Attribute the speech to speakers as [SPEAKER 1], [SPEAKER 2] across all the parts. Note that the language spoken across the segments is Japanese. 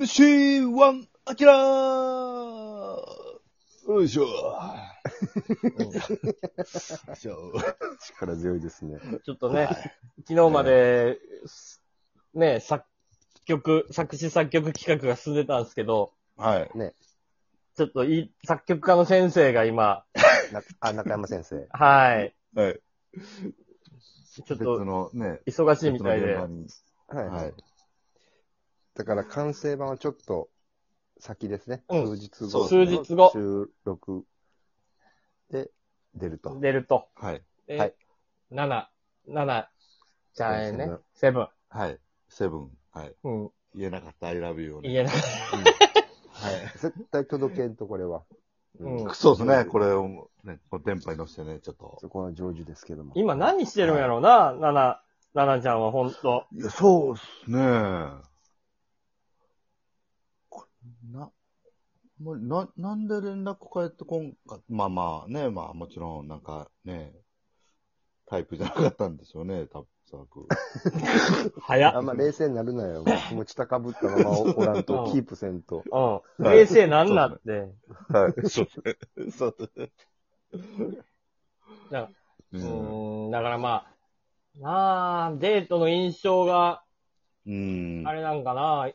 [SPEAKER 1] 4MC1 アキラーよいしょ。うんしょ
[SPEAKER 2] 力強いですね。
[SPEAKER 3] ちょっとね、昨日まで、ね、作曲、作詞作曲企画が進んでたんですけど、
[SPEAKER 1] はい。
[SPEAKER 3] ちょっといい、作曲家の先生が今、
[SPEAKER 2] なあ、中山先生。
[SPEAKER 3] はい、
[SPEAKER 1] はい。
[SPEAKER 3] ちょっ
[SPEAKER 1] 別
[SPEAKER 3] と
[SPEAKER 1] のね、
[SPEAKER 3] 忙しいみたいで
[SPEAKER 1] 別の、現
[SPEAKER 2] は
[SPEAKER 1] 場
[SPEAKER 2] い。
[SPEAKER 1] にはい。
[SPEAKER 2] だから完成版はちょっと先ですね。
[SPEAKER 3] うん
[SPEAKER 2] 数日
[SPEAKER 1] そ
[SPEAKER 2] 後。
[SPEAKER 1] うです
[SPEAKER 3] ね数日後
[SPEAKER 2] 収録で出ると。
[SPEAKER 3] 出ると。
[SPEAKER 1] はい。
[SPEAKER 3] え
[SPEAKER 2] はい
[SPEAKER 3] 7、7、じゃあえね、セブン。
[SPEAKER 1] はい。セブン。はい。
[SPEAKER 3] うん、
[SPEAKER 1] 言えなかった、I love you をね。
[SPEAKER 3] 言えない。
[SPEAKER 1] はい。
[SPEAKER 2] 絶対届けんと、これは。
[SPEAKER 3] うん
[SPEAKER 1] そうですね。これを、ね、この電波に乗せてね、ちょっと。
[SPEAKER 2] そこは上手ですけども。
[SPEAKER 3] 今何してるんやろうな、ナナ、ナナちゃんはほんと。
[SPEAKER 1] いや、そうっすね。これ、な、もうな、なんで連絡返ってこんか、まあまあね、まあもちろん、なんかね、タイプじゃなかったんでしょうね、たぶん。
[SPEAKER 3] 早っ。
[SPEAKER 2] あんま冷静になるな よ。もう持ちたかぶったままおおらんと、キープせんと。
[SPEAKER 3] うん。
[SPEAKER 1] はい
[SPEAKER 3] 冷静なんなって。
[SPEAKER 1] はい、 そうですそうです
[SPEAKER 3] なんかう
[SPEAKER 1] うん
[SPEAKER 3] ーん、だからまあ、なあ、デートの印象が、
[SPEAKER 1] うん。
[SPEAKER 3] あれなんかな、
[SPEAKER 1] ね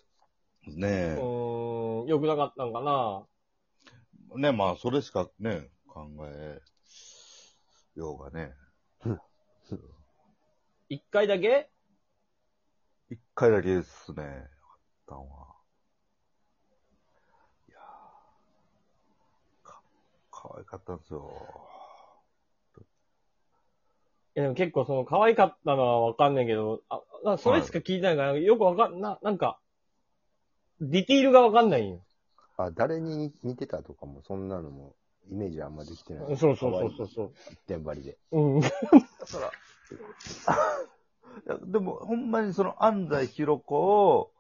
[SPEAKER 3] う
[SPEAKER 1] え。
[SPEAKER 3] ーん、良くなかったんかな。
[SPEAKER 1] ね、まあ、それしかね、考えようがね。
[SPEAKER 3] 一回だけ
[SPEAKER 1] 一回だけですね、あったんは。いやーか、可愛かったんですよ。
[SPEAKER 3] いやでも結構その可愛かったのはわかんないけど、あ、なそれしか聞いてないから、よくわかん、な、なんか、ディティールがわかんないよ。
[SPEAKER 2] あ、誰に似てたとかも、そんなのも、イメージあんまできてない。
[SPEAKER 3] そうそうそうそうそう。
[SPEAKER 2] 一点張りで。
[SPEAKER 3] うん。
[SPEAKER 1] いやでも、ほんまにその安西弘子を、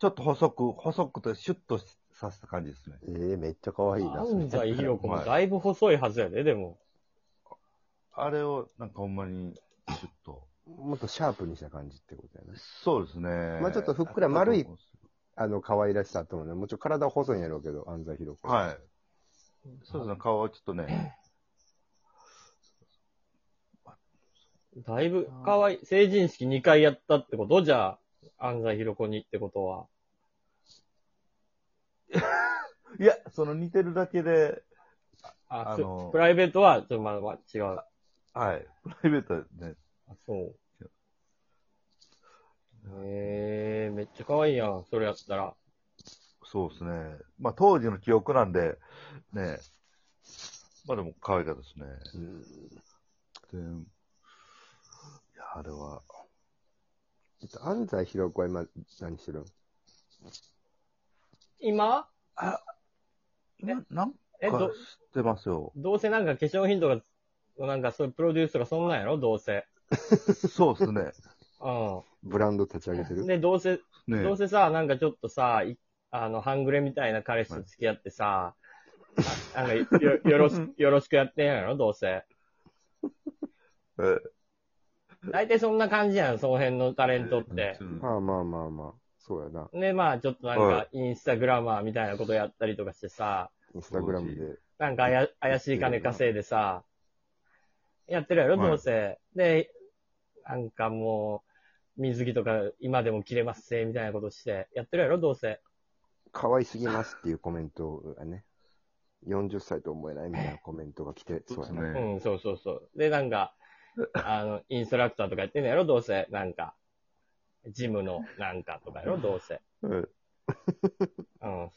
[SPEAKER 1] ちょっと細く、細くとシュッとさせた感じですね。
[SPEAKER 2] ええめっちゃ可愛いな。
[SPEAKER 3] 安西ひろ子もだいぶ細いはずやで、でも。
[SPEAKER 1] あれを、なんかほんまに、シュッと。
[SPEAKER 2] もっとシャープにした感じってことやね。
[SPEAKER 1] そうですね。
[SPEAKER 2] まあちょっとふっくら丸いあの、可愛らしさともね、もちろん体は細いんやろうけど、安西広子。
[SPEAKER 1] はい。そうですね、顔はちょっとね。
[SPEAKER 3] だいぶ可愛い。成人式2回やったってことじゃあ、安西ひろ子にってことは。
[SPEAKER 1] いや、その似てるだけで、
[SPEAKER 3] あ、
[SPEAKER 1] あ
[SPEAKER 3] く
[SPEAKER 1] の
[SPEAKER 3] プライベートは、ちょっとまだまだ違う。
[SPEAKER 1] はい。プライベートはね、
[SPEAKER 3] あ、そう。へえー、めっちゃ可愛いやん、それやったら。
[SPEAKER 1] そうですね。まあ当時の記憶なんで、ね、まあでも可愛かったですね。
[SPEAKER 2] うん
[SPEAKER 1] で、いや、あれは、
[SPEAKER 2] ちょっと安西広子は今、何してるん
[SPEAKER 3] 今
[SPEAKER 1] ななん
[SPEAKER 3] え、
[SPEAKER 1] か
[SPEAKER 3] ど、
[SPEAKER 1] してますよ。
[SPEAKER 3] どうせなんか化粧品とか、なんかそういうプロデュースとかそんなんやろどうせ。
[SPEAKER 1] そうです ね。
[SPEAKER 3] う
[SPEAKER 2] ブランド立ち上げて
[SPEAKER 3] ん。
[SPEAKER 2] る
[SPEAKER 3] で、どうせ、
[SPEAKER 1] ね
[SPEAKER 3] どうせさ、なんかちょっとさ、いあの、半グレみたいな彼氏と付き合ってさ、あなんかよ、よろしく、よろしくやってんやろどうせ。
[SPEAKER 1] え
[SPEAKER 3] 大体そんな感じやん、その辺のタレントって。
[SPEAKER 1] うん
[SPEAKER 2] まあまあまあまあ、そうやな。
[SPEAKER 3] で、まあ、ちょっとなん
[SPEAKER 1] は
[SPEAKER 3] か、インスタグラマーみたいなことやったりとかしてさ、
[SPEAKER 2] インスタグラムで。
[SPEAKER 3] なんかあや怪しい金稼いでさ、やってるやろ、
[SPEAKER 1] はい
[SPEAKER 3] どうせ。で、なんかもう、水着とか今でも着れますせ、みたいなことして、やってるやろ、どうせ。
[SPEAKER 2] 可愛すぎますっていうコメントがね、40歳と思えないみたいなコメントが来て、そうや
[SPEAKER 1] そう
[SPEAKER 2] な
[SPEAKER 1] で。
[SPEAKER 3] うん、そうそうそう。で、な んか、あの、インストラクターとかやってんのやろ、どうせ。なんか、ジムのなんかとかやろ、どうせ。
[SPEAKER 1] うん
[SPEAKER 3] うん、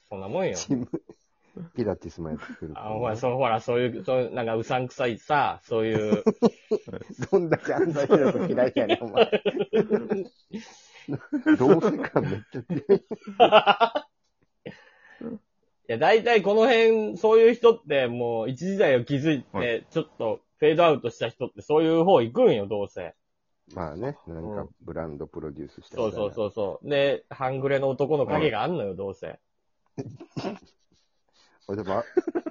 [SPEAKER 3] そんな もんよ。
[SPEAKER 2] チーム、ピラティスもやってる。
[SPEAKER 3] あほら、そう、ほら、そういう、そういう、なんか、うさんくさいさ、そういう、
[SPEAKER 2] どんだけ安西広子嫌いやねん、お前。同世感めっちゃ強い。
[SPEAKER 3] いや、大体この辺、そういう人って、もう、一時代を築い
[SPEAKER 1] は
[SPEAKER 3] て、ちょっと、フェードアウトした人って、そういう方行くんよ、どうせ。
[SPEAKER 2] まあね、なんかブランドプロデュースした
[SPEAKER 3] そう
[SPEAKER 2] みたい
[SPEAKER 3] そう
[SPEAKER 2] な。
[SPEAKER 3] そうそう。で、半グレの男の影があんのよ、どうせ。
[SPEAKER 2] 俺でも、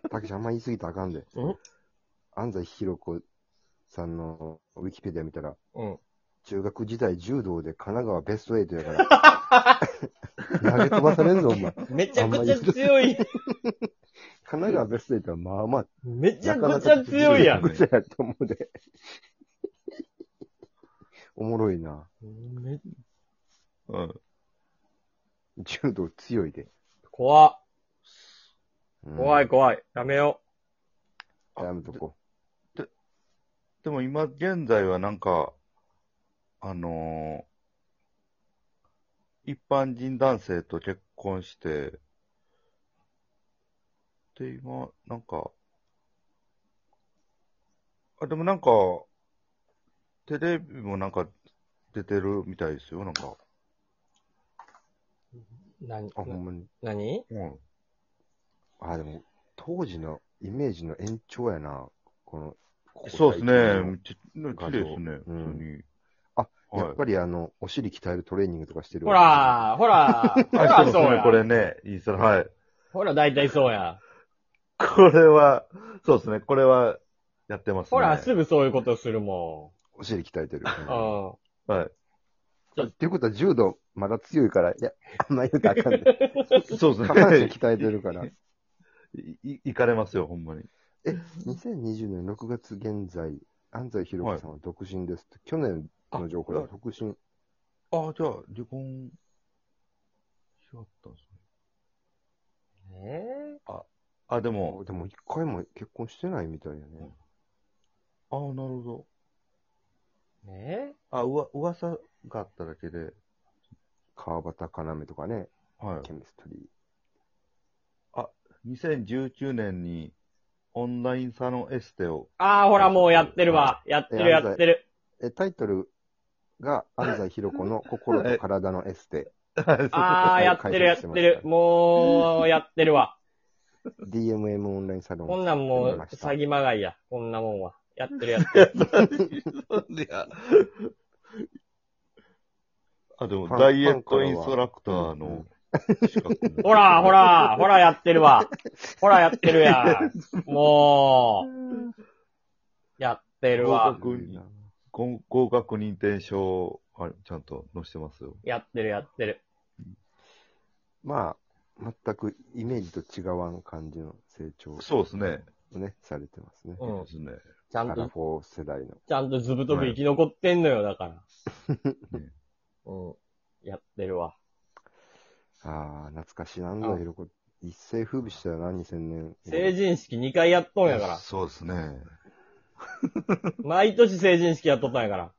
[SPEAKER 2] あたけしあんま言い過ぎたらあかんで
[SPEAKER 3] うん。
[SPEAKER 2] 安西弘子さんのウィキペディア見たら、
[SPEAKER 3] うん。
[SPEAKER 2] 中学時代柔道で神奈川ベスト8やから、投げ飛ばされんぞ、お前。神
[SPEAKER 3] めちゃくちゃ強い。
[SPEAKER 2] 奈川ベスト8はまあまあ、
[SPEAKER 3] めちゃ
[SPEAKER 2] なか
[SPEAKER 3] く
[SPEAKER 2] な
[SPEAKER 3] ち
[SPEAKER 2] か
[SPEAKER 3] ゃ強いやん。
[SPEAKER 2] めちゃくちゃやと思うで。おもろいな。
[SPEAKER 3] め
[SPEAKER 1] うん。
[SPEAKER 2] 柔道強いで。
[SPEAKER 3] 怖っ
[SPEAKER 2] うん
[SPEAKER 3] 怖い怖い。やめよ
[SPEAKER 2] やめとこ
[SPEAKER 1] でも今現在はなんか、あのー一般人男性と結婚して、で、今、なんか、あ、でもなんか、テレビもなんか出てるみたいですよ、なんか。
[SPEAKER 3] う。なに
[SPEAKER 2] う。あ、ほんまに。
[SPEAKER 3] なに
[SPEAKER 1] うん。
[SPEAKER 2] あ、でも、当時のイメージの延長やな。この、ここ
[SPEAKER 1] そうですね。
[SPEAKER 2] 最近
[SPEAKER 1] め
[SPEAKER 2] の
[SPEAKER 1] っちゃ、綺麗ですね、普通
[SPEAKER 2] うん
[SPEAKER 1] に。
[SPEAKER 2] あ、
[SPEAKER 1] はい
[SPEAKER 2] やっぱりあの、お尻鍛えるトレーニングとかしてる
[SPEAKER 3] ほ
[SPEAKER 2] わ
[SPEAKER 3] ら、ほら、 ほ
[SPEAKER 1] あ
[SPEAKER 3] ら、
[SPEAKER 1] そうで
[SPEAKER 3] そ
[SPEAKER 1] す
[SPEAKER 3] う
[SPEAKER 1] ね
[SPEAKER 3] や。
[SPEAKER 1] これね、インスタの、はい。
[SPEAKER 3] ほら、大体そうや。
[SPEAKER 1] これは、そうですね、これは、やってますね。
[SPEAKER 3] ほら、すぐそういうことするも
[SPEAKER 2] お尻鍛えてる。
[SPEAKER 3] ん。うん。
[SPEAKER 1] は
[SPEAKER 2] っていうことは柔道まだ強いから、いや、あんま言うたらあかん で。
[SPEAKER 1] い。そう
[SPEAKER 2] 下
[SPEAKER 1] です
[SPEAKER 2] 半身
[SPEAKER 1] ね。
[SPEAKER 2] 鍛えてるか ら。
[SPEAKER 1] い、いいかれますよ、ほんまに。
[SPEAKER 2] え、2020年6月現在、安西博樹さんは独身ですって、去年の情報だ、
[SPEAKER 1] あ
[SPEAKER 2] 独身。
[SPEAKER 1] あじゃあ、離婚、しちゃったんですね。
[SPEAKER 3] え
[SPEAKER 1] あ、でも、
[SPEAKER 2] でも一回も結婚してないみたいやね。
[SPEAKER 1] あなるほど。
[SPEAKER 3] ー、え
[SPEAKER 1] あ、うわ、噂があっただけで、
[SPEAKER 2] 川端要とかね、
[SPEAKER 1] は
[SPEAKER 2] ケミストリー。
[SPEAKER 1] い。2019年に、オンラインサロンエステを、
[SPEAKER 3] ああ、ほら、もうやってるわ。やってる、
[SPEAKER 2] え
[SPEAKER 3] やってる。
[SPEAKER 2] え、タイトルが安西博子の心と体のエス テ。
[SPEAKER 3] ああ、やってる、やってる。もう、やってるわ。
[SPEAKER 2] DMM オンラインサロン。
[SPEAKER 3] こんなんも
[SPEAKER 2] やり
[SPEAKER 3] う
[SPEAKER 2] ま、した
[SPEAKER 3] 詐欺まがいや。こんなもんは。やってる、やってる。
[SPEAKER 1] いやあ、でも、
[SPEAKER 2] ファン
[SPEAKER 1] ダイエットインストラクター
[SPEAKER 2] ファン
[SPEAKER 1] の資格も
[SPEAKER 3] ほら、ほら、ほら、やってるわ。ほら、やってるやん。もう、やってるわ。
[SPEAKER 1] 僕に合合格認定証、あれちゃんと載せてますよ。
[SPEAKER 3] やってる、やってる。
[SPEAKER 2] まあ、全くイメージと違わん感じの成長を
[SPEAKER 1] そうですね。
[SPEAKER 2] ね、されてますね。
[SPEAKER 3] うん
[SPEAKER 1] で。すね。
[SPEAKER 3] ちゃ
[SPEAKER 2] ア
[SPEAKER 3] ん
[SPEAKER 2] ラ
[SPEAKER 3] と、
[SPEAKER 2] フォー世代の。
[SPEAKER 3] ちゃんとずぶとく生き残ってんのよ、だから
[SPEAKER 1] ね。
[SPEAKER 3] うん。やってるわ。
[SPEAKER 2] ああ、懐かしいな、安西弘子。一世風靡したよな、2000年。
[SPEAKER 3] 成人式2回やっとんやから。
[SPEAKER 1] そうですね。
[SPEAKER 3] 毎年成人式やっとったんやから。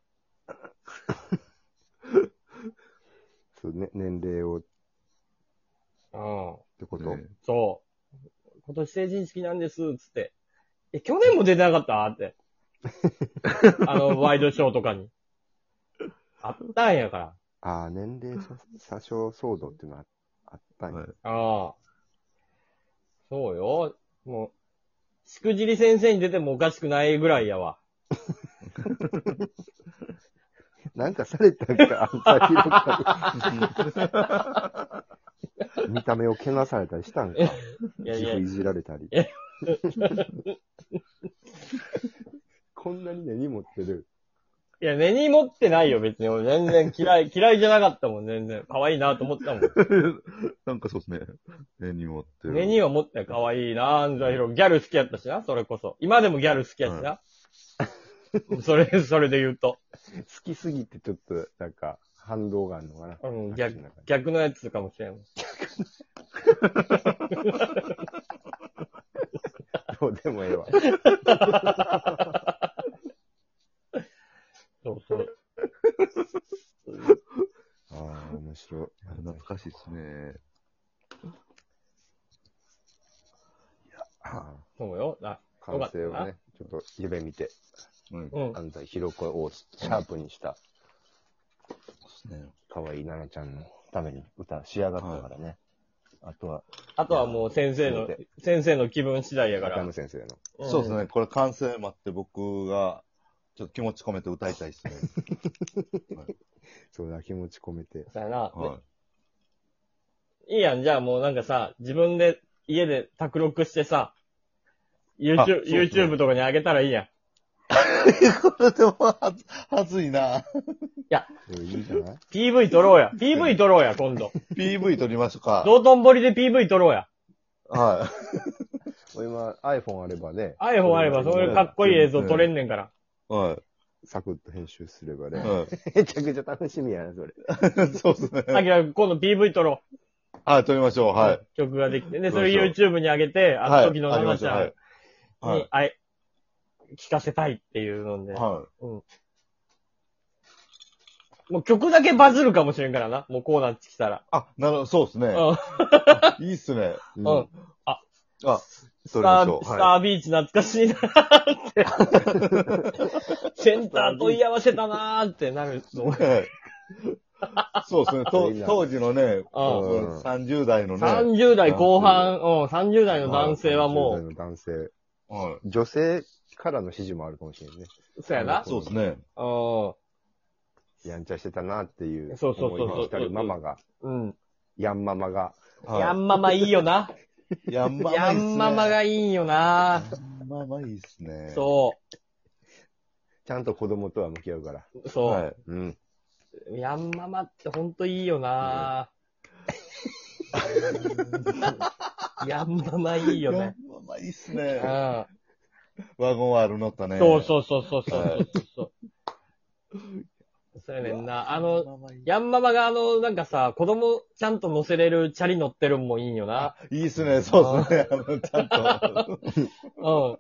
[SPEAKER 2] そうね、年齢をっ
[SPEAKER 3] うん。
[SPEAKER 2] てこと。
[SPEAKER 1] ね
[SPEAKER 3] そう。今年成人式なんです、つって。え、去年も出てなかっ たって。あの、ワイドショーとかに。あったんやか
[SPEAKER 2] ああ、年齢 さ詐称騒動っていうのはあったんや。
[SPEAKER 1] はい
[SPEAKER 3] ら。ああ。そうよ。もう、しくじり先生に出てもおかしくないぐらいやわ。
[SPEAKER 2] なんかされたんか、安西 弘子に。見た目をけなされたりしたんか。
[SPEAKER 3] いやい
[SPEAKER 2] 皮
[SPEAKER 3] や
[SPEAKER 2] 膚い、じら れたり
[SPEAKER 3] いや。
[SPEAKER 2] こんなに根に持ってる。
[SPEAKER 3] いや、根に持ってないよ、別に。俺全然嫌い、嫌いじゃなかったもん、全然。可愛いなと思ったもん。
[SPEAKER 1] なんかそうですね。根に持ってる。
[SPEAKER 3] 根には持ってない可愛いな、安西博。ギャル好きやったしな、それこそ。今でもギャル好きやしな。それ、それで言うと。
[SPEAKER 2] 好きすぎてちょっと、なんか、反動があるのかな。
[SPEAKER 3] うん、
[SPEAKER 2] 拍手
[SPEAKER 3] 逆
[SPEAKER 2] の中、に
[SPEAKER 3] 逆のやつかもしれんもん。
[SPEAKER 2] どうでもええわ。
[SPEAKER 3] そうそう。
[SPEAKER 2] ああ、面白い。
[SPEAKER 1] 懐かしいですね。
[SPEAKER 2] あ
[SPEAKER 3] そうよ。あ、
[SPEAKER 2] ー完成をね、ちょっと夢見て、
[SPEAKER 1] うん。
[SPEAKER 3] うん。
[SPEAKER 2] 安西広子をシャープにした、
[SPEAKER 1] そうですね。
[SPEAKER 2] 可愛い奈々ちゃんのために歌仕上がったからね。あとは、
[SPEAKER 3] あとはもう先生の
[SPEAKER 2] そうで、
[SPEAKER 3] 先生の気分次第やか
[SPEAKER 2] 中
[SPEAKER 3] ら。
[SPEAKER 2] 野先生の。
[SPEAKER 3] ん
[SPEAKER 1] そうです。ね。これ完成待って僕が、ちょっと気持ち込めて歌いたいです ね。
[SPEAKER 2] そうだ、気持ち込めて。
[SPEAKER 3] そうやな。
[SPEAKER 1] はい
[SPEAKER 3] いやん、じゃあもうなんかさ、自分で、家で卓録してさ、YouTube、
[SPEAKER 1] あそうそう
[SPEAKER 3] YouTube とかにあげたらいいやん。
[SPEAKER 1] これでもはず、はずいな。
[SPEAKER 2] でもいいんじゃない
[SPEAKER 3] PV 撮ろうや。PV 撮ろうや、今度。
[SPEAKER 1] PV 撮りましょうか。
[SPEAKER 3] 道頓堀で PV 撮ろうや。
[SPEAKER 1] は
[SPEAKER 2] 今 iPhone あればね。
[SPEAKER 3] iPhone あれば、そういうかっこいい映像撮れんねんから。
[SPEAKER 1] い。は
[SPEAKER 2] サクッと編集すれば
[SPEAKER 1] い。
[SPEAKER 2] ね。
[SPEAKER 1] は
[SPEAKER 2] めちゃくちゃ楽しみやな、それ。
[SPEAKER 1] い。 そうです
[SPEAKER 3] あ
[SPEAKER 1] ね。
[SPEAKER 3] きら、今度 PV 撮ろ
[SPEAKER 1] はい、撮りましょう。
[SPEAKER 3] う。
[SPEAKER 1] はい。。
[SPEAKER 3] 曲ができて。で、それ
[SPEAKER 1] そう
[SPEAKER 3] YouTube に上げて、あ
[SPEAKER 1] はい。
[SPEAKER 3] の時の
[SPEAKER 1] ありま
[SPEAKER 3] 生
[SPEAKER 1] し
[SPEAKER 3] ち
[SPEAKER 1] た
[SPEAKER 3] ゃん
[SPEAKER 1] はい
[SPEAKER 3] に。、
[SPEAKER 1] はい。
[SPEAKER 3] あい、聞かせたいっていうので。
[SPEAKER 1] は
[SPEAKER 3] うん。もう曲だけバズるかもしれんからな。もうこうなってきたら。
[SPEAKER 1] い。あ、なるほど、そうですね。
[SPEAKER 3] うん。
[SPEAKER 1] いいっすね。
[SPEAKER 2] う
[SPEAKER 3] うん。
[SPEAKER 1] あ、撮
[SPEAKER 3] ス
[SPEAKER 1] りま
[SPEAKER 3] タ
[SPEAKER 1] しょ
[SPEAKER 3] ー、
[SPEAKER 1] う。
[SPEAKER 3] スタ
[SPEAKER 1] は
[SPEAKER 3] ービーチ懐かしいなーって。センター問い合わせたなーってな ると思う。
[SPEAKER 1] い。はいそうですね。と当時のね、
[SPEAKER 2] うん
[SPEAKER 1] 30代のね。はい。
[SPEAKER 3] 30代後半、うん、30代の男性は
[SPEAKER 2] 30
[SPEAKER 3] も
[SPEAKER 2] 代の男性。女性からの指示もあるかもしれないね。
[SPEAKER 3] う、そうやな。
[SPEAKER 1] そうですね。
[SPEAKER 3] う
[SPEAKER 2] やんちゃしてたなっていう。
[SPEAKER 3] そうそうそうそう
[SPEAKER 2] 思いに浸るママが、
[SPEAKER 3] ん。うん。
[SPEAKER 2] ヤンママが。
[SPEAKER 3] ヤ
[SPEAKER 1] は
[SPEAKER 3] ンママいい よな。
[SPEAKER 1] い。ヤンママ
[SPEAKER 3] ヤ
[SPEAKER 1] いいっすね。
[SPEAKER 3] ンママがいいよな。
[SPEAKER 1] ヤンママいいっすね。
[SPEAKER 3] そ
[SPEAKER 2] ちゃんと子供とは向き合うから。
[SPEAKER 3] う。そう。
[SPEAKER 1] はい。
[SPEAKER 2] うん。
[SPEAKER 3] ヤンママってほんといいよな。ヤンママいいよ
[SPEAKER 1] ヤ
[SPEAKER 3] ね
[SPEAKER 1] ン。ママいいっす
[SPEAKER 3] う
[SPEAKER 1] ね。
[SPEAKER 3] ん。
[SPEAKER 1] ワゴンはある乗ったね。
[SPEAKER 3] そう
[SPEAKER 1] う。
[SPEAKER 3] そうそうそうそうそうそう。そうやねんな。あの、
[SPEAKER 1] ママいい、
[SPEAKER 3] ヤンママがあの、なんかさ、子供ちゃんと乗せれるチャリ乗ってるんもいいよな。
[SPEAKER 1] いいっすね。そうですね。あの、ちゃんと。
[SPEAKER 3] うん。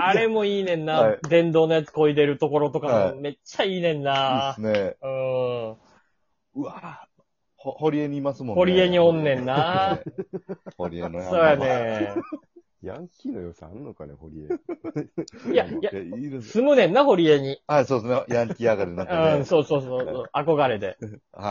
[SPEAKER 3] あれもいいねんな。
[SPEAKER 1] はい
[SPEAKER 3] 電動のやつこいでるところとか
[SPEAKER 1] はい
[SPEAKER 3] もめっちゃいいね
[SPEAKER 1] い
[SPEAKER 3] ん
[SPEAKER 1] いっ
[SPEAKER 3] な
[SPEAKER 1] す。ね。
[SPEAKER 3] うん。
[SPEAKER 1] うわぁ。ほ堀江にいますもんね。
[SPEAKER 3] 堀江におんねんな
[SPEAKER 1] ね。。堀江の
[SPEAKER 3] そうや。ね。
[SPEAKER 2] ヤンキーの良さあんのかね、堀江。
[SPEAKER 3] いや、いや、
[SPEAKER 1] いです。
[SPEAKER 3] 住むねんな、堀江に。
[SPEAKER 1] はい、そうですね。ヤンキー上がりになって
[SPEAKER 3] うん、
[SPEAKER 1] ね。
[SPEAKER 3] そうそうそうそう。憧れで。
[SPEAKER 1] はい。